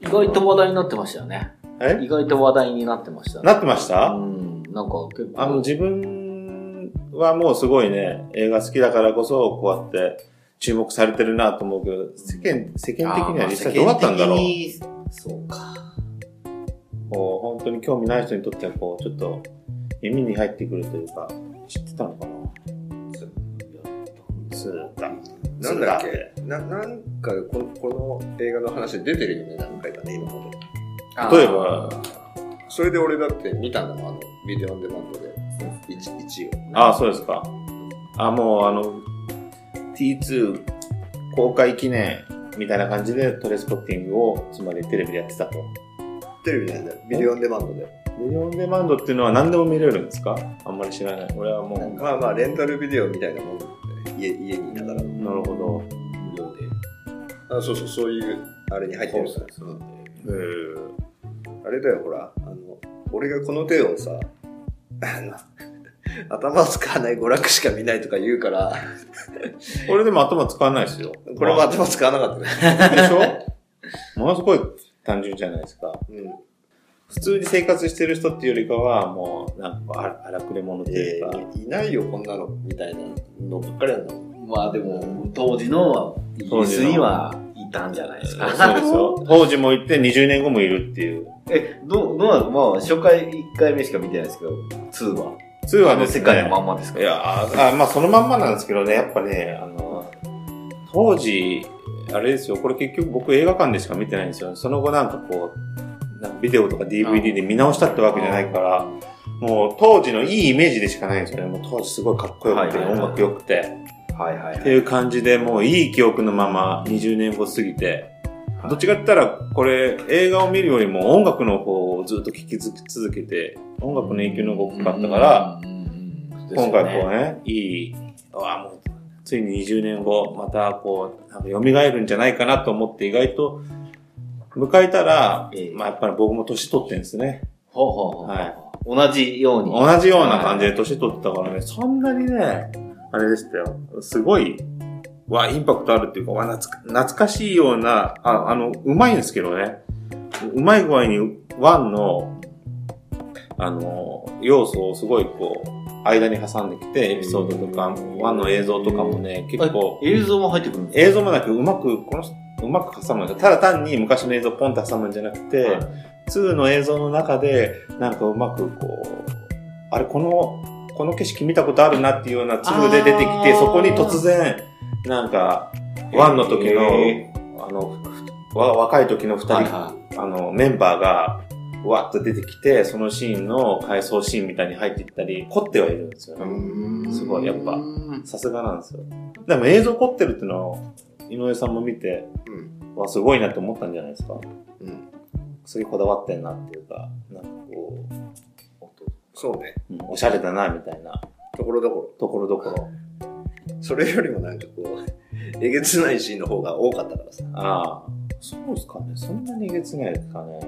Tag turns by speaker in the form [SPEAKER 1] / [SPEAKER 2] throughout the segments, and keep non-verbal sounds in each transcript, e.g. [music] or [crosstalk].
[SPEAKER 1] 意外と話題になってましたよね。
[SPEAKER 2] え
[SPEAKER 1] 意外と話題になってましたね。
[SPEAKER 2] なってました
[SPEAKER 1] うん。なんか結構。
[SPEAKER 2] あの、自分はもうすごいね、映画好きだからこそ、こうやって注目されてるなと思うけど、世間、世間的には実際どうだったんだろう
[SPEAKER 3] 世間的にそうか
[SPEAKER 2] こう、本当に興味ない人にとっては、こう、ちょっと、耳に入ってくるというか、知ってたのかなツーだ。
[SPEAKER 3] なんだっけななんかこのこの映画の話出てるよね何回かね今まで
[SPEAKER 1] あー
[SPEAKER 2] 例えば、
[SPEAKER 3] それで俺だって見たんだもんあのビデオオンデマンドで 1, 一を
[SPEAKER 2] ああ、そうですか。あ、もう、あの、T2 公開記念みたいな感じでトレスポッティングを、つまりテレビでやってたと。
[SPEAKER 3] テレビでねビデオオンデマンドで
[SPEAKER 2] ビデオオンデマンドっていうのは何でも見れるんですかあんまり知らない。俺はもう、
[SPEAKER 3] まあまあレンタルビデオみたいなもんで家家にいながら無
[SPEAKER 2] なるほ
[SPEAKER 3] 料であそうそうそういうあれに入ってるからうん
[SPEAKER 2] ど。へー
[SPEAKER 3] あれだよ、ほら、あの、俺がこの手をさ、あの、頭を使わない娯楽しか見ないとか言うから、
[SPEAKER 2] 俺でも頭使わないですよ。
[SPEAKER 3] これも頭使わなかったね。
[SPEAKER 2] でしょものすごい単純じゃないですか。
[SPEAKER 3] うん。
[SPEAKER 2] 普通に生活してる人っていうよりかは、もう、なんかあ、荒くれ者ってい
[SPEAKER 3] え
[SPEAKER 2] うか、
[SPEAKER 3] ーいないよ、こんなの、みたいなのばっかりなんだもん。
[SPEAKER 1] まあでも、当時のイギリスにはいたんじゃない
[SPEAKER 3] [laughs]
[SPEAKER 1] ですか。
[SPEAKER 2] そうですよ。当時もいて、20年後もいるっていう。
[SPEAKER 4] え、どう、どうなのまあ、初回1回目しか見てないですけど、2は。
[SPEAKER 2] 2は
[SPEAKER 4] あ
[SPEAKER 2] で
[SPEAKER 4] の
[SPEAKER 2] す
[SPEAKER 4] 世
[SPEAKER 2] ね、
[SPEAKER 4] 界のまんまですか
[SPEAKER 2] いやーあ、まあそのまんまなんですけどね、やっぱね、あの、当時、あれですよ、これ結局僕映画館でしか見てないんですよ。その後なんかこう、なんかビデオとか DVD で見直したってわけじゃないから、もう当時のいいイメージでしかないんですよね。もう当時すごいかっこよくて、
[SPEAKER 4] はいはいはい
[SPEAKER 2] 音楽良くて。
[SPEAKER 4] はいはい
[SPEAKER 2] って
[SPEAKER 4] はい。
[SPEAKER 2] いう感じで、もういい記憶のまま20年後過ぎて、
[SPEAKER 4] はい
[SPEAKER 2] どっちかって言ったら、これ映画を見るよりも音楽の方をずっと聴き続けて、音楽の影響の方が大きかったから、
[SPEAKER 1] うんうんうん、
[SPEAKER 2] 今回こ
[SPEAKER 1] う
[SPEAKER 2] うね、いい、ああ、もう、ついに20年後、またこう、なんか蘇るんじゃないかなと思って、意外と、迎えたら
[SPEAKER 4] ええ、
[SPEAKER 2] まあやっぱり僕も年取ってんですね。
[SPEAKER 4] ほうほうほう。
[SPEAKER 2] はい。
[SPEAKER 4] 同じように。
[SPEAKER 2] 同じような感じで年取ってたからね、そんなにね、あれでしたよ。すごい、わ、インパクトあるっていうか、わ、懐か懐かしいような、あ、あの、うまいんですけどね。ううまい具合に、ワンの、あの、要素をすごいこう、間に挟んできて、エピソードとか、ワンの映像とかもね、結構、
[SPEAKER 4] え映像も入ってくるん
[SPEAKER 2] 映像もなくうまく、この人、うまく挟むんですよ。ただ単に昔の映像ポンと挟むんじゃなくて、
[SPEAKER 4] はい
[SPEAKER 2] 2の映像の中で、なんかうまくこう、あれ、この、この景色見たことあるなっていうような粒で出てきて、
[SPEAKER 4] あー
[SPEAKER 2] そこに突然、なんか、1の時の、
[SPEAKER 4] へ
[SPEAKER 2] あの、わ若い時の2人、
[SPEAKER 4] はいは
[SPEAKER 2] あの、メンバーが、わっと出てきて、そのシーンの回想シーンみたいに入っていったり、凝ってはいるんですよね。
[SPEAKER 4] い。
[SPEAKER 2] すごいやっぱ
[SPEAKER 4] うん
[SPEAKER 2] さすがなんですよ。でも映像凝ってるっていうのは、井上さんも見て、
[SPEAKER 3] うん。
[SPEAKER 2] わ、すごいなって思ったんじゃないですか。
[SPEAKER 3] うん。
[SPEAKER 2] すげえこだわってんなっていうか、なんかこう、
[SPEAKER 3] そうね。
[SPEAKER 2] うんおしゃれだなみたいな
[SPEAKER 3] ところどこと
[SPEAKER 2] ころどころ。
[SPEAKER 3] ろ。それよりもなんかこう、え [laughs] げつないシーンの方が多かったからさ。
[SPEAKER 2] ああ、そうですかね。そんなにえげつないですかね。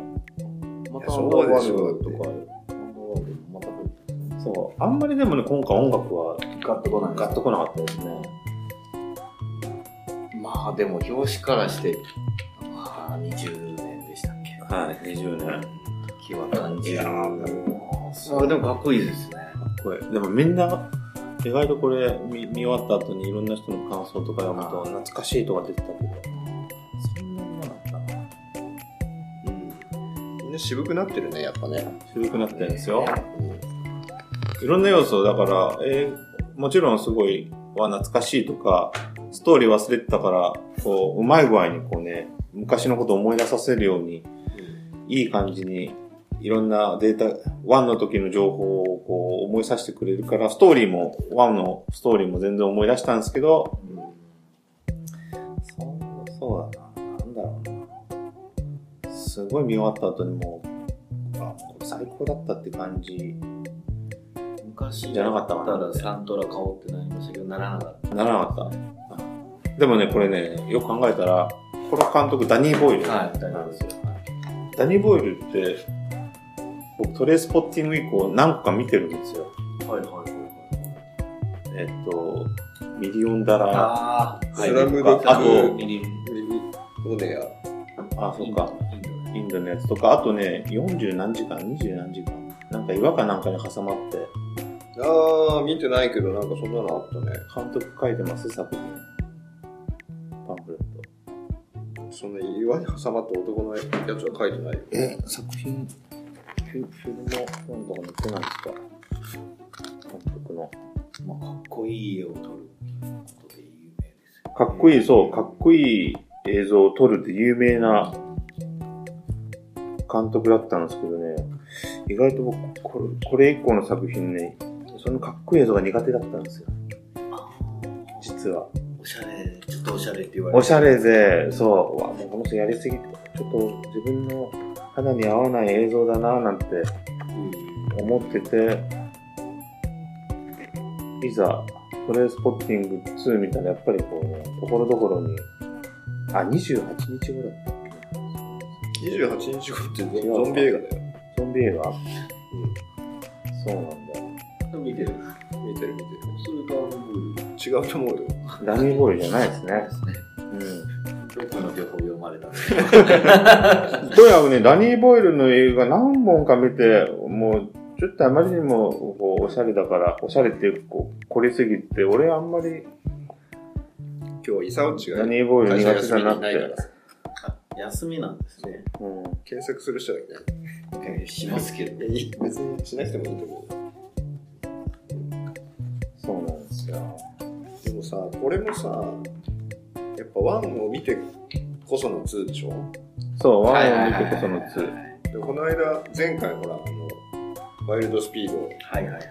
[SPEAKER 4] ま
[SPEAKER 3] いや
[SPEAKER 4] た
[SPEAKER 3] そうでしょ
[SPEAKER 4] ワン
[SPEAKER 3] う
[SPEAKER 4] とかあるワンダーワールドまた来る。
[SPEAKER 2] そう。あんまりでもね、今回音楽は
[SPEAKER 1] ガッとこない。
[SPEAKER 2] ガッとこなかったですね。
[SPEAKER 1] まあでも表紙からして、まあ20年でしたっけ。
[SPEAKER 2] はい、20年。
[SPEAKER 1] 気は感じる。
[SPEAKER 4] まあでもかっこいいですね。
[SPEAKER 2] これ、でもみんな、意外とこれ見見終わった後にいろんな人の感想とか読むと、懐かしいとか出てたけど、そんなになかったな。
[SPEAKER 3] みんな渋くなってるね、やっぱね。
[SPEAKER 2] 渋くなってるんですよ。いろんな要素、だから、えーもちろんすごい、は懐かしいとか、ストーリー忘れてたから、こう、うまい具合にこうね、昔のことを思い出させるように、いい感じに、いろんなデータ、1の時の情報をこう思い出させてくれるから、ストーリーも、1のストーリーも全然思い出したんですけど、そんな、そうだな、なんだろうな。すごい見終わった後にもう、あ、これ最高だったって感じ
[SPEAKER 1] 昔
[SPEAKER 2] じゃなかったわ
[SPEAKER 1] だらサントラ買おうってなりましたけど、ならなかった。
[SPEAKER 2] ならなかった。でもね、これね、よく考えたら、この監督、ダニー・ボイル。
[SPEAKER 1] はい、大丈夫ですよ。
[SPEAKER 2] ダニー・ボイルって、僕、トレースポッティング以降何個か見てるんですよ。
[SPEAKER 1] はい、はい、はいはい。
[SPEAKER 2] えっと、ミリオンダラー。
[SPEAKER 1] あ
[SPEAKER 3] スラムドッグ
[SPEAKER 2] あ
[SPEAKER 1] あ、
[SPEAKER 2] と、
[SPEAKER 1] ミリ
[SPEAKER 3] オネア。
[SPEAKER 2] あ、そっか。
[SPEAKER 1] インドね
[SPEAKER 2] インドのやつとか、あとね、40何時間、20何時間。なんか違和感なんかに挟まって、
[SPEAKER 3] あー、見てないけど、なんかそんなのあったね。
[SPEAKER 2] 監督書いてます、サブに。パンフレット。
[SPEAKER 3] そんな岩に挟まった男のやつは書いてないよ。
[SPEAKER 2] え、作品、フィフィルムなんとか載ってないですか監督の。
[SPEAKER 1] まあ、かっこいい絵を撮ることで有名ですよ。
[SPEAKER 2] かっこいい、そう、かっこいい映像を撮るって有名な監督だったんですけどね、意外と僕、これこれ以降の作品ね、そのかっこいい映像が苦手だったんですよ、実は。
[SPEAKER 1] おしゃれ、ちょっとおしゃれって言われて
[SPEAKER 2] おしゃれで、そう、うわ、もうこの人やりすぎて、ちょっと自分の肌に合わない映像だなぁなんて思ってて、いざ、トレースポッティング2見たらやっぱりこうね、ところどころに、あ、28日後だったっ
[SPEAKER 3] 28日後ってゾゾンビ映画だよ。
[SPEAKER 2] けゾンビ映画
[SPEAKER 3] うん
[SPEAKER 2] そうなん
[SPEAKER 1] 見てる。
[SPEAKER 3] 見てる見て
[SPEAKER 1] それがもうで
[SPEAKER 3] る。違うと思うよ。
[SPEAKER 2] だ。ダミーボーイじゃないですね。
[SPEAKER 1] すね。
[SPEAKER 2] うん。
[SPEAKER 1] どこの情報読まれたんです
[SPEAKER 2] とにかくね、ダニー・ボイルの映画何本か見て、もう、ちょっとあまりにも、こう、おしゃれだから、おしゃれっていうか、こう、凝りすぎて、俺あんまり、
[SPEAKER 3] 今日、イサオチが
[SPEAKER 2] ダニー・ボイル
[SPEAKER 3] 会社
[SPEAKER 2] 苦手
[SPEAKER 3] 休み
[SPEAKER 2] だ
[SPEAKER 3] に
[SPEAKER 2] ないっ
[SPEAKER 3] ないから
[SPEAKER 2] て。
[SPEAKER 3] さ。
[SPEAKER 1] 休みなんですね。
[SPEAKER 2] うん。
[SPEAKER 3] 検索する人だけね。
[SPEAKER 1] しますけど。
[SPEAKER 3] いや別にしなくてもいいと思う。
[SPEAKER 2] そうなんですよ。
[SPEAKER 3] でもさ、これもさ、やっぱ1を見てこその2でしょ
[SPEAKER 2] そう、ワンを見てこその2。
[SPEAKER 3] でこの間、前回ほら、あの、ワイルドスピード、
[SPEAKER 1] はいはいはい。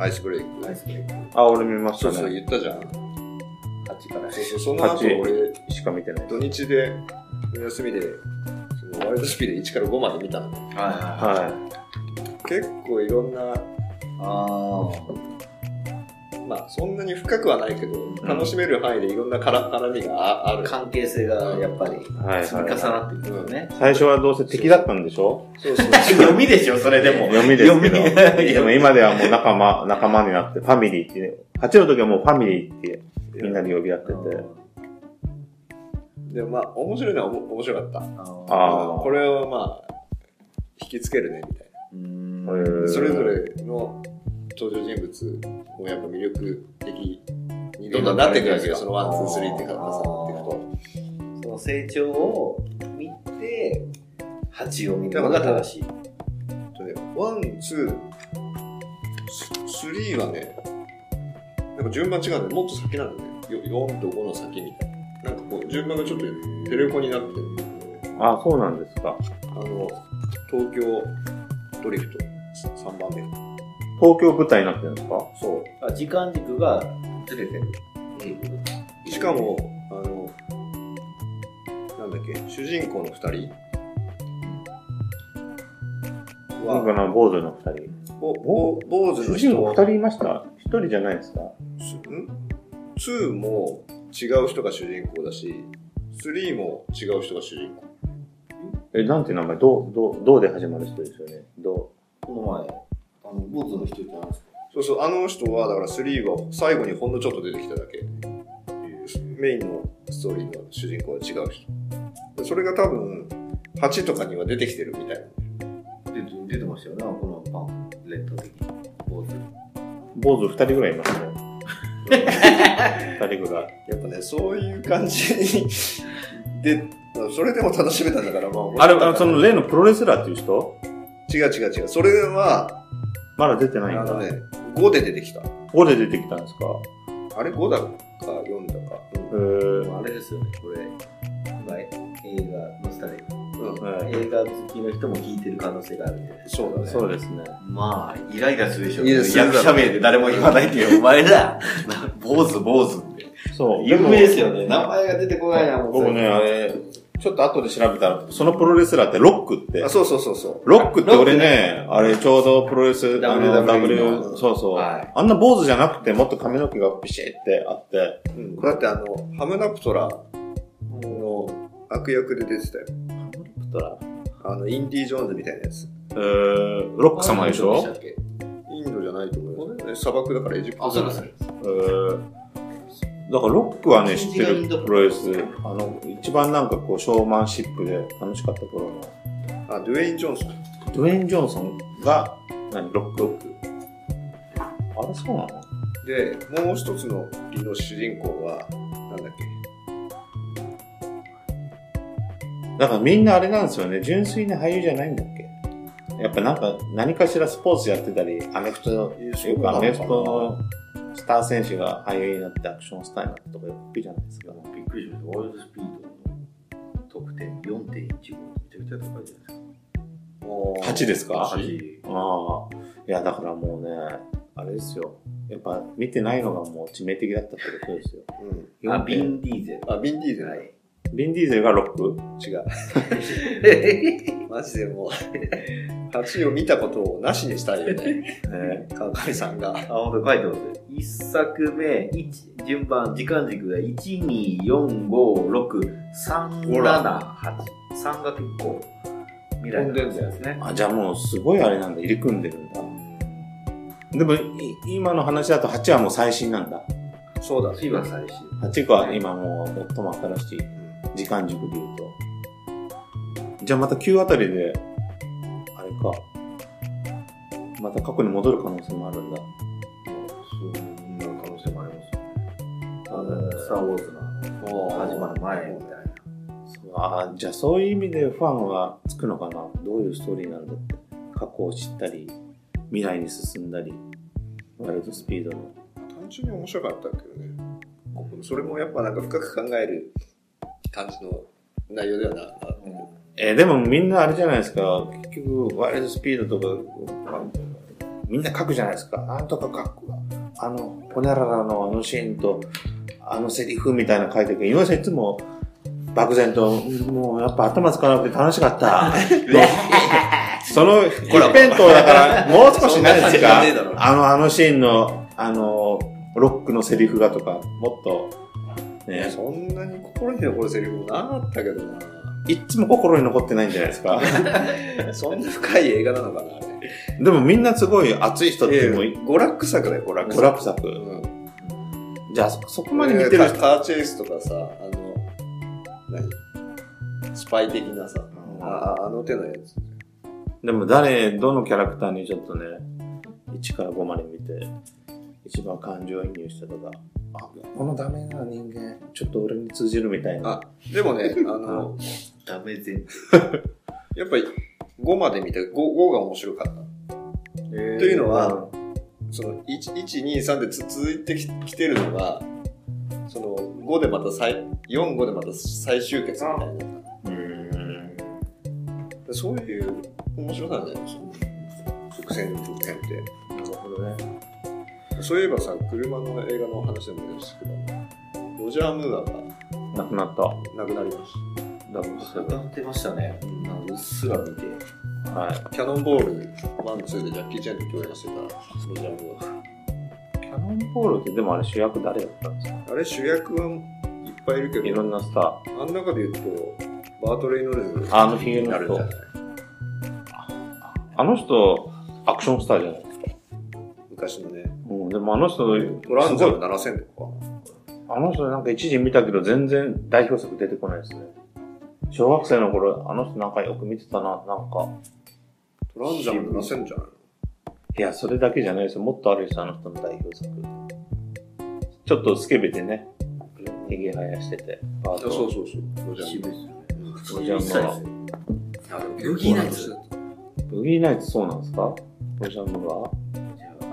[SPEAKER 3] アイスブレイク、
[SPEAKER 1] アイスブレイク。
[SPEAKER 2] あ、俺見まし
[SPEAKER 3] そ
[SPEAKER 2] た
[SPEAKER 3] うそう
[SPEAKER 2] ね。
[SPEAKER 3] 言ったじゃん。
[SPEAKER 1] 8から。
[SPEAKER 3] そうそう、その後
[SPEAKER 2] 八
[SPEAKER 3] 俺、
[SPEAKER 2] しか見てない。
[SPEAKER 3] 土日で、休みで、そのワイルドスピード1から5まで見たの。
[SPEAKER 1] はいはい。
[SPEAKER 2] は
[SPEAKER 3] 結構いろんな、
[SPEAKER 1] あ
[SPEAKER 3] まあそんなに深くはないけど、楽しめる範囲でいろんなから絡みがああ
[SPEAKER 1] あ。
[SPEAKER 3] る。
[SPEAKER 1] 関係性がやっぱり
[SPEAKER 2] い。はい、
[SPEAKER 1] 積み重なっていくよね。
[SPEAKER 2] 最初はどうせ敵だったんでしょ
[SPEAKER 3] そうそう。
[SPEAKER 1] 読みでしょ、それでも。
[SPEAKER 2] 読みですけど。
[SPEAKER 1] 読み
[SPEAKER 2] [laughs] でも今ではもう仲間、仲間になって、ファミリーって、ね、8の時はもうファミリーってみんなで呼び合ってて。
[SPEAKER 3] [laughs] でもまあ面白いのはおも面白かった。
[SPEAKER 1] ああ。
[SPEAKER 2] ああ。
[SPEAKER 3] これはまあ、引きつけるね、みたいな。
[SPEAKER 1] うーん
[SPEAKER 2] へー
[SPEAKER 3] それぞれの登場人物もやっぱ魅力的にどんどんなっていくわけよ。そのワン、ツー、スリーって重なっていく
[SPEAKER 1] その成長を見て、8を見るのが正しい。
[SPEAKER 3] と。とね、ワン、ツー、ススリーはね、なんか順番違うんだよ。もっと先なんだよね。よ4と5の先みたいな。なんかこう、順番がちょっとテレコになってる。
[SPEAKER 2] あ、そうなんですか。
[SPEAKER 3] あの、東京ドリフト3番目。
[SPEAKER 2] 東京舞台になってるんですか
[SPEAKER 3] そう。
[SPEAKER 1] あ時間軸がずれてる。
[SPEAKER 3] しかも、あの、なんだっけ、主人公の二人
[SPEAKER 2] 僕
[SPEAKER 3] は、
[SPEAKER 2] の坊主の二
[SPEAKER 3] ぼ、ぼ、坊
[SPEAKER 2] 人。
[SPEAKER 3] 主
[SPEAKER 2] 主
[SPEAKER 3] の
[SPEAKER 2] 人
[SPEAKER 3] 人
[SPEAKER 2] 公
[SPEAKER 3] は
[SPEAKER 2] 二、人いました一人じゃないですか
[SPEAKER 3] すん ?2 も違う人が主人公だし、3も違う人が主人公。
[SPEAKER 2] え、なんていう名前どう、どう、どうで始まる人ですよね。ど
[SPEAKER 1] この前、あ
[SPEAKER 4] ボートの人ってなんですか
[SPEAKER 3] そうそう、あの人は、だから3は最後にほんのちょっと出てきただけ。メインのストーリーの主人公は違う人。でそれが多分、8とかには出てきてるみたいな。
[SPEAKER 4] 出て出てましたよね、このパンレッド的に。ボート。
[SPEAKER 2] 坊主二人ぐらいいますね。二人ぐらい。
[SPEAKER 3] やっぱね、そういう感じに、で、それでも楽しめたんだから、ま
[SPEAKER 2] [laughs]
[SPEAKER 3] あ、
[SPEAKER 2] あれ、あのそ
[SPEAKER 3] 違う
[SPEAKER 2] の例のプロレスラーっていう人
[SPEAKER 3] 違う違う。それは、
[SPEAKER 2] まだ出て
[SPEAKER 3] あ
[SPEAKER 2] ないんだ。
[SPEAKER 3] のね、5で出てきた。
[SPEAKER 2] ここで出てきたんですか
[SPEAKER 3] あれ5だか4だか。うん
[SPEAKER 2] えー
[SPEAKER 1] あれですよね、これ、今映画のスタイ
[SPEAKER 2] はい
[SPEAKER 1] ル、映画好きの人も聞いてる可能性があるんで、
[SPEAKER 3] そうだね。
[SPEAKER 2] そうですね。
[SPEAKER 4] まあ、イライラするでしょ。
[SPEAKER 3] いやするだろ
[SPEAKER 4] 役者名で誰も言わないっていう、お前だ。な坊主、坊主って。
[SPEAKER 2] そう。
[SPEAKER 4] 有名ですよね。名前が出てこないな、もう。
[SPEAKER 2] 僕ね、あれ、ちょっと後で調べたら、そのプロレスラーってロックって
[SPEAKER 3] あ、、そうそうそうそう。
[SPEAKER 2] ロックって俺ね、あれちょうどプロレス、あの
[SPEAKER 4] WWE の
[SPEAKER 2] W、そうそう。
[SPEAKER 4] はい
[SPEAKER 2] あんな坊主じゃなくて、もっと髪の毛がピシッってあって、
[SPEAKER 3] うん、だってあの、ハムナプトラの悪役で出てたよ。あの、インディ・ジョーンズみたいなやつ。
[SPEAKER 2] えー、ロック様でしょ
[SPEAKER 4] したっけ
[SPEAKER 3] インドじゃないと思うよね。砂漠だからエジプト
[SPEAKER 4] あ、
[SPEAKER 3] じ
[SPEAKER 4] そ
[SPEAKER 3] ゃ
[SPEAKER 4] う
[SPEAKER 3] な
[SPEAKER 4] で
[SPEAKER 3] い
[SPEAKER 4] す。
[SPEAKER 2] えーだからロックはね、知ってるプロレス。あの、一番なんかこう、ショーマンシップで楽しかった頃の。
[SPEAKER 3] あ、ドゥエイン・ジョンソン。
[SPEAKER 2] ドウェイン・ジョンソンが、何、ロックロック。あれそうなの
[SPEAKER 3] で、もう一つのの主人公は、なんだっけ。
[SPEAKER 2] だからみんなあれなんですよね。純粋な俳優じゃないんだっけやっぱなんか、何かしらスポーツやってたり、アメフト、よ
[SPEAKER 3] そう
[SPEAKER 2] く
[SPEAKER 3] なのかな
[SPEAKER 2] アメフトのスター選手が俳優になってアクションスターになったとかよく聞くじゃないですか。
[SPEAKER 4] びっくりしました。ワイルドスピードの得点4.15。めちゃくちゃ高いじゃないです
[SPEAKER 3] もう
[SPEAKER 2] 8ですか
[SPEAKER 4] か。
[SPEAKER 2] ああ。いや、だからもうね、あれですよ。やっぱ見てないのがもう致命的だったってことですよ。
[SPEAKER 3] うん。
[SPEAKER 1] あ、
[SPEAKER 2] 4
[SPEAKER 1] ビ
[SPEAKER 2] 点
[SPEAKER 1] ンディーゼ
[SPEAKER 3] あ、ビンディーゼ
[SPEAKER 1] ル。
[SPEAKER 3] だ
[SPEAKER 1] は
[SPEAKER 3] ね。
[SPEAKER 1] [laughs] い。
[SPEAKER 2] ビンディーゼルがロック
[SPEAKER 3] 違う。マジでもう、8を見たことをなしにしたいよね。
[SPEAKER 2] ね。
[SPEAKER 3] 川上さんが。
[SPEAKER 1] あ、本当書いてます。一作目、一順番、時間軸が1、2、4、5、6、3、
[SPEAKER 3] ほら
[SPEAKER 1] 7、8。3が結構、未来の話ですね。
[SPEAKER 2] あ、じゃあもうすごいあれなんだ。入り組んでるんだ。でも、い今の話だと8はもう最新なんだ。
[SPEAKER 3] そうだね。
[SPEAKER 1] 次は最新。
[SPEAKER 2] 8個は今もう最も新しい時間軸で言うと。じゃあまた9あたりで、あれか。また過去に戻る可能性もあるんだ。
[SPEAKER 4] そんな可能性もあります。
[SPEAKER 1] あの、スター・ウォーズの始まる前みたいな。
[SPEAKER 2] ああ、じゃあそういう意味でファンはつくのかな。どういうストーリーなんだって。過去を知ったり、未来に進んだり、ワイルドスピードの。
[SPEAKER 3] 単純に面白かったけどねそれもやっぱなんか深く考える感じの内容ではなかった、
[SPEAKER 2] えーでもみんなあれじゃないですか。結局、ワイルドスピードとか、まあみんな書くじゃないですか。なんとか書くわ。あの、ほにゃららのあのシーンと、あのセリフみたいなの書いてるけど、井上さんいつも、漠然と、もうやっぱ頭使わなくて楽しか [laughs] った。でその、一辺倒だから、もう少しないですか
[SPEAKER 3] そんな感じはねえだろ。
[SPEAKER 2] あの、あのシーンの、あの、ロックのセリフがとか、もっと、ね、
[SPEAKER 3] そんなに心に残るセリフもなかったけど
[SPEAKER 2] いっつも心に残ってないんじゃないです [laughs] か。
[SPEAKER 3] なそんな深い映画なのかなあれ
[SPEAKER 2] でもみんなすごい熱い人ってもう
[SPEAKER 3] いや娯楽作だよ娯楽
[SPEAKER 2] 娯楽作。
[SPEAKER 3] うん
[SPEAKER 2] じゃあそそこ
[SPEAKER 3] ここ
[SPEAKER 2] まで
[SPEAKER 3] に
[SPEAKER 2] 見
[SPEAKER 3] 見
[SPEAKER 2] て
[SPEAKER 3] て
[SPEAKER 2] る
[SPEAKER 3] る
[SPEAKER 2] 人。
[SPEAKER 3] カーチェイスとかさあの何スパイ的なさあああの手のやつ
[SPEAKER 2] でも誰、どのキャラクターにちょっとね、1から5まで見て、一番感情移入したとか、あ、このダメな人間、ちょっと俺に通じるみたいな。
[SPEAKER 3] あでもねあの
[SPEAKER 4] ダメ全
[SPEAKER 3] やっぱり5まで見て 5, 5が面白かったというのは、その、1、1 2、3でつ続いてききてるのが、その、5でまた再、4、5でまた再集結みたいな。
[SPEAKER 2] うーん。
[SPEAKER 3] そういう面白さなんじゃないですか。伏線伏線って。
[SPEAKER 2] なるほどね。
[SPEAKER 3] そういえばさ、車の映画の話でも出したけど、ロジャー・ムーアが
[SPEAKER 2] なくなった。
[SPEAKER 3] 亡くなりまし
[SPEAKER 2] ダブルス [laughs]
[SPEAKER 4] 歌ってましたね。なんかうっすら見て。
[SPEAKER 2] はい。
[SPEAKER 3] た。キャノンボール1、2でジャッキー・チェンと共演してたロジャー・ムー
[SPEAKER 2] キャノンボールってでもあれ主役誰だったんですか
[SPEAKER 3] ア。あれ主役はいっぱいいる
[SPEAKER 2] い
[SPEAKER 3] け
[SPEAKER 2] ろ
[SPEAKER 3] ど、
[SPEAKER 2] んなスター。
[SPEAKER 3] あん中で言うと、バート・レイノルズ
[SPEAKER 2] あのヒゲの人
[SPEAKER 3] になるんじゃない
[SPEAKER 2] あの人、アクションスターじゃないですか。
[SPEAKER 3] 昔のね。
[SPEAKER 2] うん、でもあの人、
[SPEAKER 3] トラン
[SPEAKER 2] す
[SPEAKER 3] ザ
[SPEAKER 2] ごい
[SPEAKER 3] ム7000とか。
[SPEAKER 2] あの人なんか一時見たけど全然代表作出てこないですね。小学生の頃、あの人なんかよく見てたな、なんか。
[SPEAKER 3] トランザム7000じゃない
[SPEAKER 2] いや、それだけじゃないですよ。もっとあるですよ、あの人の代表作。ちょっとスケベでね、ひげ生やしてて。あ
[SPEAKER 3] のそうそうそう。ロジャー
[SPEAKER 2] おじゃまは。
[SPEAKER 4] ブギーナイツ。
[SPEAKER 2] ブギーナイツそうなんですかおじゃまが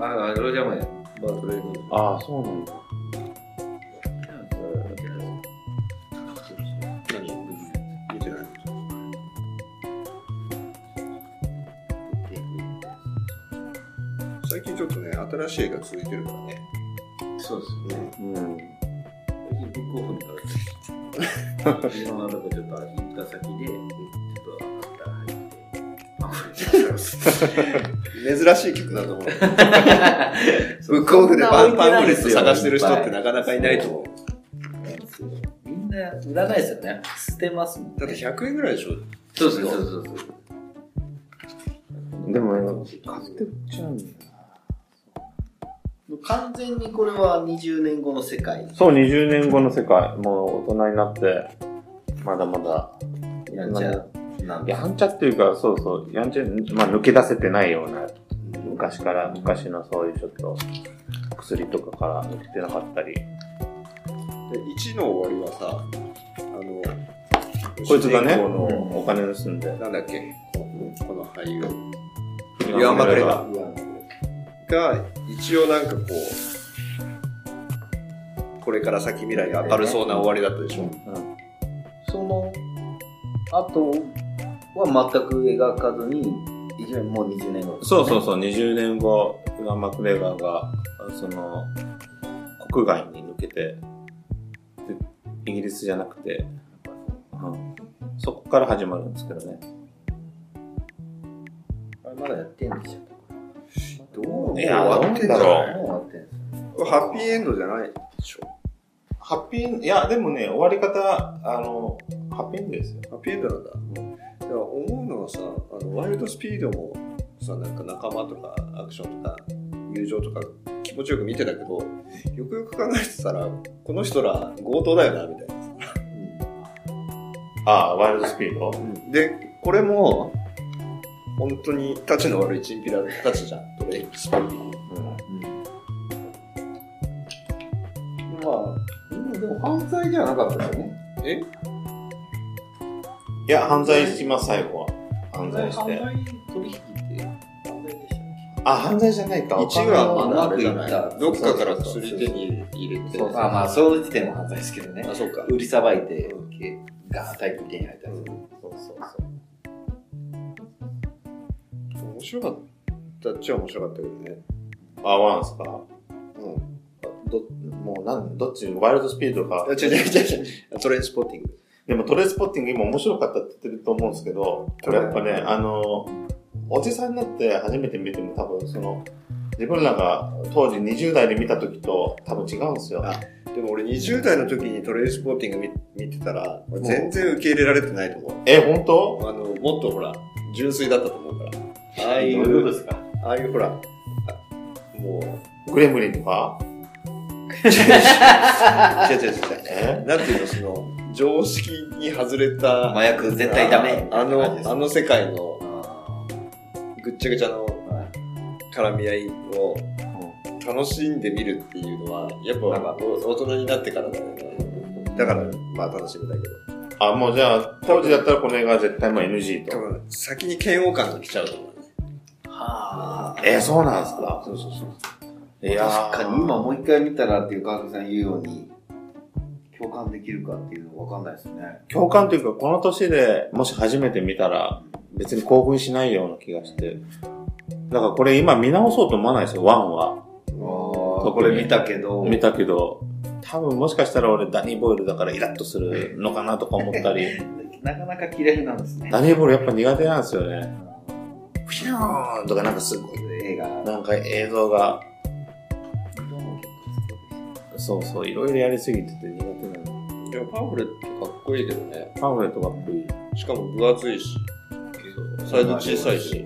[SPEAKER 4] あ、あロジャーマンや。
[SPEAKER 3] バートレイの。
[SPEAKER 2] ああ、そうなんだ。
[SPEAKER 3] 何見てない最近ちょっとね、新しい映画続いてるからね。
[SPEAKER 4] そうですよね。
[SPEAKER 2] うん。
[SPEAKER 4] 最近ブックオフに変わってる。今のとこちょっと行った先で、ちょっとあった入って。あ、これ
[SPEAKER 3] 珍しい曲だ
[SPEAKER 2] [laughs]
[SPEAKER 3] と思う。ブックオフでパンパンフレット探してる人ってなかなかいないと思う。
[SPEAKER 1] みんな売らないですよね。捨てますもん
[SPEAKER 3] だっ
[SPEAKER 1] ね
[SPEAKER 3] て。100円ぐらいでしょ
[SPEAKER 4] そうそうそうそうそう。
[SPEAKER 2] でも、買って売っちゃうんだよ
[SPEAKER 1] 完全にこれは20年後の世界。
[SPEAKER 2] な。そう、20年後の世界。もう大人になって、まだまだ。
[SPEAKER 1] やんちゃなんで。
[SPEAKER 2] やんちゃっていうか、そうそう、やんちゃ、まあ、抜け出せてないような、昔から、昔のそういうちょっと、薬とかから抜けてなかったり。
[SPEAKER 3] で1の終わりはさ、あの、
[SPEAKER 2] こいつがね、
[SPEAKER 3] 主人公の
[SPEAKER 2] お金盗んで。
[SPEAKER 3] なんだっけ、このこの俳優。
[SPEAKER 2] 岩間
[SPEAKER 3] レ
[SPEAKER 2] レ
[SPEAKER 3] ガ
[SPEAKER 2] ガ
[SPEAKER 3] が、一応なんかこう、これから先未来が明るそうな終わりだったでしょ。
[SPEAKER 2] うん。
[SPEAKER 1] その後は全く描かずに、いきなりもう20年後、
[SPEAKER 2] そうそうそう、20年後、岩間クレガーが、その、国外に抜けて、でイギリスじゃなくて、うん、そこから始まるんですけどね。
[SPEAKER 1] あれまだやってんでし
[SPEAKER 3] どうもう
[SPEAKER 2] い
[SPEAKER 3] 終
[SPEAKER 2] や
[SPEAKER 3] わってんじゃ
[SPEAKER 2] どうだ
[SPEAKER 3] な
[SPEAKER 2] ろ
[SPEAKER 3] い
[SPEAKER 1] ょ。もう終わってんです
[SPEAKER 3] ハッピーエンドじゃないでしょ。
[SPEAKER 2] ハッピー、いや、でもね、終わり方、あの、ハッピーエンドですよ。
[SPEAKER 3] ハッピーエンドなんだ。だから思うのはさ、あのワイルドスピードもさ、なんか仲間とかアクションとか友情とか気持ちよく見てたけど、よくよく考えてたら、この人ら強盗だよな、みたいな。
[SPEAKER 2] ああ、ワイルドスピード
[SPEAKER 3] で、これも、本当に、たちの悪いチンピラたちじゃん、ドレイクスピーディ
[SPEAKER 4] まあ、うんでも犯罪ではなかったよね。
[SPEAKER 3] え
[SPEAKER 2] いや、犯罪します、最後は。犯罪して。
[SPEAKER 1] 取引って犯罪でした
[SPEAKER 2] あ、犯罪じゃないか。
[SPEAKER 3] 一
[SPEAKER 2] お金
[SPEAKER 3] は
[SPEAKER 2] を
[SPEAKER 3] うまくいった。
[SPEAKER 1] そう
[SPEAKER 3] ど
[SPEAKER 1] そう
[SPEAKER 3] っ
[SPEAKER 1] そう
[SPEAKER 3] かから薬手に入れて。
[SPEAKER 4] そうまあまあ、その時点も犯罪ですけどね。
[SPEAKER 3] あ、そうか。
[SPEAKER 4] 売りさばいて、けガーッ大金手に入ったりする。
[SPEAKER 2] そうそうそう。
[SPEAKER 3] 面白かったっちゃ面白かったけどね。
[SPEAKER 2] あ、ワンすか
[SPEAKER 3] うん。
[SPEAKER 2] ど、もう、なん、どっち、ワイルドスピードか
[SPEAKER 3] あ、。違う違う違う違う。トレインスポッティング。
[SPEAKER 2] でも、トレースポッティング今面白かったって言ってると思うんですけど、これやっぱね、あの、おじさんになって初めて見ても多分、その、自分らが当時20代で見た時と多分違うんですよ。
[SPEAKER 3] あでも俺20代の時にトレインスポーティング見見てたら、俺全然受け入れられてないと思
[SPEAKER 2] え、本当
[SPEAKER 3] う。あの、もっとほら、純粋だったと思うから。ああい
[SPEAKER 4] どういうことで
[SPEAKER 3] う、
[SPEAKER 4] すか
[SPEAKER 3] ああいうほら、あもう、
[SPEAKER 2] グレムリンとか [laughs]
[SPEAKER 3] 違う違う違う
[SPEAKER 2] え
[SPEAKER 3] 違う。なんていうの、その、常識に外れた、
[SPEAKER 4] 麻薬絶対ダメ。
[SPEAKER 3] ああ
[SPEAKER 4] みたいな感じです
[SPEAKER 3] の、あの世界の
[SPEAKER 4] あ
[SPEAKER 3] ぐっちゃぐちゃの絡み合いを楽しんでみるっていうのは、やっぱ
[SPEAKER 4] なんか
[SPEAKER 3] お大人になってからだよね。だから、まあ楽しみだけど。
[SPEAKER 2] あ、もうじゃあ、当時だったらこの映画は絶対もう NG
[SPEAKER 3] 多
[SPEAKER 2] と。
[SPEAKER 3] 分、先に嫌悪感が来ちゃうと思う。
[SPEAKER 4] ーはあ。
[SPEAKER 2] え、そうなんですか
[SPEAKER 4] そうそうそう。
[SPEAKER 2] いやー
[SPEAKER 4] 確かに今もう一回見たらっていう川崎さん言うように、共感できるかっていうのわかんないですね。
[SPEAKER 2] 共感というか、この年でもし初めて見たら、別に興奮しないような気がして。だからこれ今見直そうと思わないですよ、ワンは。
[SPEAKER 4] あこ
[SPEAKER 2] 特に
[SPEAKER 4] れ見たけど、
[SPEAKER 2] 見たけど、多分もしかしたら俺ダニーボイルだからイラッとするのかなとか思ったり、 [laughs]
[SPEAKER 4] なかなか嫌いなんですね。
[SPEAKER 2] ダニーボイルやっぱ苦手なんですよね。
[SPEAKER 4] こ
[SPEAKER 2] フィヨーンとかなんかすごい、
[SPEAKER 4] ういう映画。
[SPEAKER 2] なんか映像が、そうそう、いろいろやりすぎてて苦手なの。
[SPEAKER 3] でもパンフレットかっこいいけどね。
[SPEAKER 2] パンフレットがっこいい。
[SPEAKER 3] しかも分厚いし、サイズ小さいし。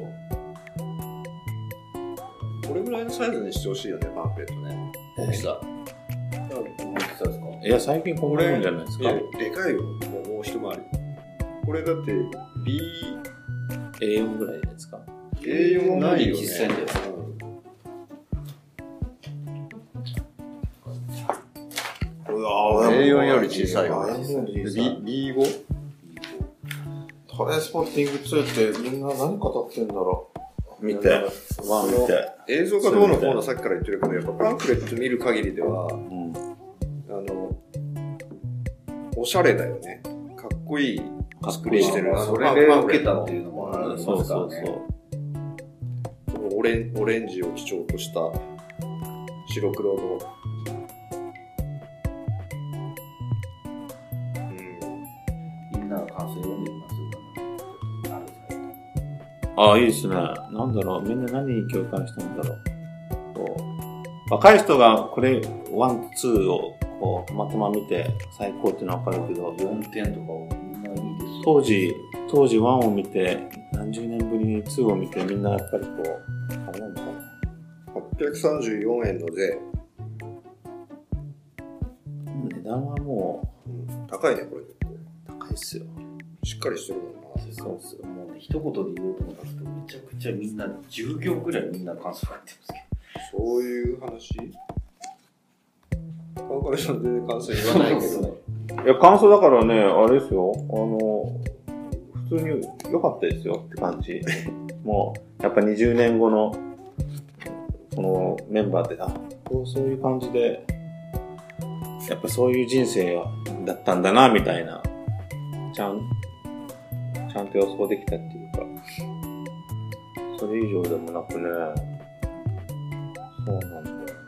[SPEAKER 3] これれぐらいのサイズにしてほしいよね、パンフレットね。大きさ。
[SPEAKER 4] きさですか
[SPEAKER 2] いや、最近これるんじゃないです
[SPEAKER 3] い
[SPEAKER 2] か
[SPEAKER 3] や、。でかいよ、もうもう一回り。これだって、B、
[SPEAKER 2] AM ぐらいですか。
[SPEAKER 3] A4 ないよね。
[SPEAKER 4] 実際に
[SPEAKER 3] うん
[SPEAKER 2] う
[SPEAKER 3] A4 より小さいわ
[SPEAKER 2] A4 より小さい
[SPEAKER 3] B、B5?
[SPEAKER 2] トレースポッティング2ってみんな何語ってんだろう見て。まあ
[SPEAKER 3] その
[SPEAKER 2] 見て。
[SPEAKER 3] 映像がどうのこうのさっきから言ってるけど、やっぱパンフレット見る限りでは、
[SPEAKER 2] うん。
[SPEAKER 3] あの、おしゃれだよね。かっこいい作りしてる。
[SPEAKER 4] まあ
[SPEAKER 3] あの
[SPEAKER 4] それで
[SPEAKER 3] パンフレ
[SPEAKER 4] 受け
[SPEAKER 3] ット
[SPEAKER 4] た
[SPEAKER 3] の
[SPEAKER 4] っていうのもありますか
[SPEAKER 2] そうそ
[SPEAKER 4] ら
[SPEAKER 2] う
[SPEAKER 4] ね。
[SPEAKER 2] そ
[SPEAKER 3] そのオレンオレンジを基調とした白黒の、うん、
[SPEAKER 4] みんなの感想読んでみますかね
[SPEAKER 2] う。ああ、いいですね。なんだろう。みんな何に共感したんだろう。こう若い人がこれ、ワン、ツーをこう、たまたま見て最高っていうのはわかるけど、
[SPEAKER 4] 4点とかをみんないいですよ。
[SPEAKER 2] 当時、当時ワンを見て、何十年ぶりにツーを見て、みんなやっぱりこう、あれなんだろう。
[SPEAKER 3] 834円の税、
[SPEAKER 2] 値段はも
[SPEAKER 3] うん、高いねこれ
[SPEAKER 2] う高いっすよ。
[SPEAKER 3] しっかりしてるもんな
[SPEAKER 4] そうそう。もうね、一言で言おうと思ったんですけど、めちゃくちゃみんな、10行くらいみんな感想書いてますけど。
[SPEAKER 3] そういう話川上さん全然感想言わないけどね
[SPEAKER 2] いや、感想だからね、あれですよ。あの、普通に良かったですよって感じ。もう、やっぱ20年後の、このメンバーで、あ、こうそういう感じで、やっぱそういう人生だったんだな、みたいな。ちゃん、ちゃんと予想できたっていうか。それ以上でもなくね。そうなんだよ。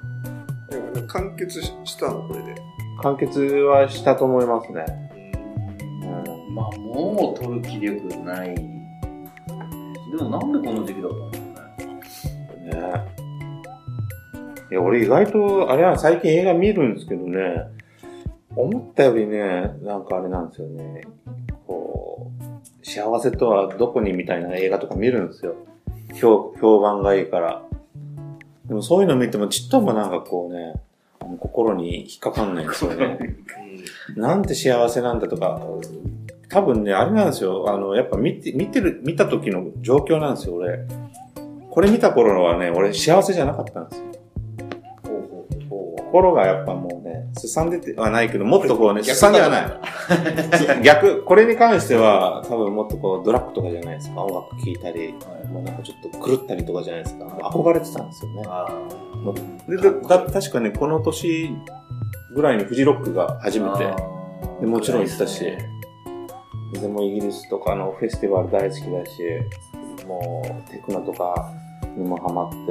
[SPEAKER 3] でもね完結ししたのこれで、
[SPEAKER 2] 完結はしたと思いますね。
[SPEAKER 4] うんまあ、もう取る気力ない。でもなんでこの時期だったんですかね。
[SPEAKER 2] ね。いや、俺意外と、あれは最近映画見るんですけどね、思ったよりね、なんかあれなんですよね、こう、幸せとはどこにみたいな映画とか見るんですよ。評評判がいいから。でもそういうの見てもちっともなんかこうね、あの心に引っかかんないんですよね。なんて幸せなんだとか、多分ね、あれなんですよ。あの、やっぱ見て、見てる、見た時の状況なんですよ、俺。これ見た頃はね、俺幸せじゃなかったんですよ。心がやっぱもうね、すさんでてはないけど、もっとこうね、す
[SPEAKER 3] 逆
[SPEAKER 2] さ
[SPEAKER 3] だ
[SPEAKER 2] んではない。逆、これに関しては、多分もっとこう、ドラッグとかじゃないですか。音楽聴いたり、もうなんかちょっと狂ったりとかじゃないですか。憧れてたんですよね。
[SPEAKER 4] あ
[SPEAKER 2] もうでだだ確かね、この年ぐらいにフジロックが初めて。でもちろん行ったし、でもイギリスとかのフェスティバル大好きだし、もうテクノとかにもハマって、
[SPEAKER 4] アン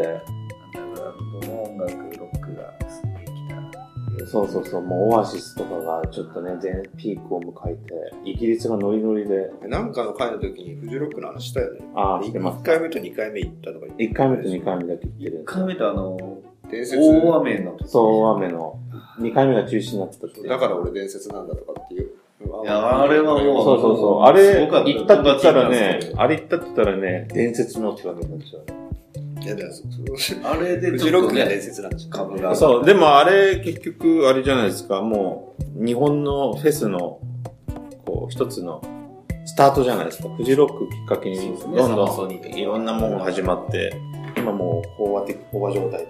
[SPEAKER 4] ダーグラウンドの音楽、ロックが進んできた。
[SPEAKER 2] そうそうそう、もうオアシスとかがちょっとね、全ピークを迎えて、イギリスがノリノリで、
[SPEAKER 3] なんかの回の時にフジロックの話したよね
[SPEAKER 2] ああ、してま
[SPEAKER 3] 1
[SPEAKER 2] す。
[SPEAKER 3] 回目と2回目行ったとか言って
[SPEAKER 2] 1回目と2回目だけ行ってる
[SPEAKER 4] 1
[SPEAKER 2] んで
[SPEAKER 4] 回目とあの、
[SPEAKER 3] 目伝説
[SPEAKER 4] 大雨の時。
[SPEAKER 2] そう、大雨の、2回目が中止になってたって。
[SPEAKER 3] だから俺伝説なんだとかっていう。
[SPEAKER 4] いやあれはも
[SPEAKER 2] そうそうそう。
[SPEAKER 4] もう
[SPEAKER 2] あれ、
[SPEAKER 4] すごかった
[SPEAKER 2] 行ったって言ったらね
[SPEAKER 4] 友達いたんです、けど
[SPEAKER 2] あれ行ったって言ったらね、伝説のって言われるんですよね。
[SPEAKER 3] いやだからそうそう
[SPEAKER 4] あれで
[SPEAKER 3] フ
[SPEAKER 4] ち
[SPEAKER 3] ジ
[SPEAKER 4] ょ
[SPEAKER 3] ロ
[SPEAKER 4] っ
[SPEAKER 3] ッ
[SPEAKER 4] と
[SPEAKER 3] クが
[SPEAKER 4] ね、
[SPEAKER 3] 伝説なんです
[SPEAKER 4] 株が。
[SPEAKER 2] そう、でもあれ、結局、あれじゃないですか、もう、日本のフェスの、こう、一つの、スタートじゃないですか。フジロックきっかけに、どんど
[SPEAKER 4] サマソニ
[SPEAKER 2] ん、
[SPEAKER 4] ー
[SPEAKER 2] いろんなものが始まって、今もう、飽和的、飽和状態。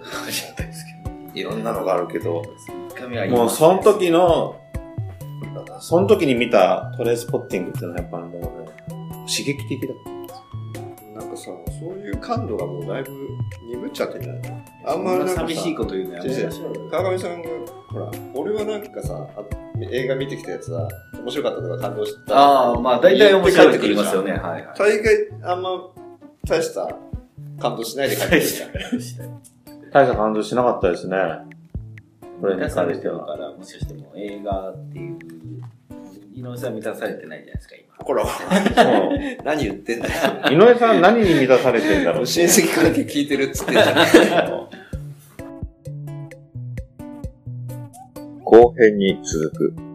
[SPEAKER 2] いろんなのがあるけど、
[SPEAKER 4] 一回目は
[SPEAKER 2] もう、その時の、その時に見たトレースポッティングっていうのはやっぱもうね、刺激的だった。
[SPEAKER 3] なんかさ、そういう感度がもうだいぶ鈍っちゃってんじゃないあ
[SPEAKER 4] あ
[SPEAKER 3] ん
[SPEAKER 4] ん
[SPEAKER 3] ま
[SPEAKER 4] ま
[SPEAKER 3] りなんかさ
[SPEAKER 4] 寂しいこと言うのやめましょうよ。
[SPEAKER 3] 川上さんが、ほら、俺はなんかさ、あ映画見てきたやつは、面白かったとか感動した。
[SPEAKER 4] ああ、まあ大体面白いって言いますよね。
[SPEAKER 3] 言
[SPEAKER 4] はいはい。
[SPEAKER 3] 大概、あんま、大した感動しないで帰ってくる [laughs] じゃん。
[SPEAKER 2] 大した感動しなかったですね。これ
[SPEAKER 4] 満
[SPEAKER 2] に
[SPEAKER 4] たさ
[SPEAKER 2] 関
[SPEAKER 4] れ
[SPEAKER 2] してて
[SPEAKER 4] る
[SPEAKER 2] は。
[SPEAKER 4] から、もしかしてもう映画っていう、井上さん満たされてないじゃないですか、今。
[SPEAKER 3] ほら、
[SPEAKER 2] そう
[SPEAKER 3] 何言ってんだよ。
[SPEAKER 2] 井上さん何に満たされてんだろう
[SPEAKER 3] 親戚関係聞いてるっつってんじゃん。
[SPEAKER 5] 後編に続く。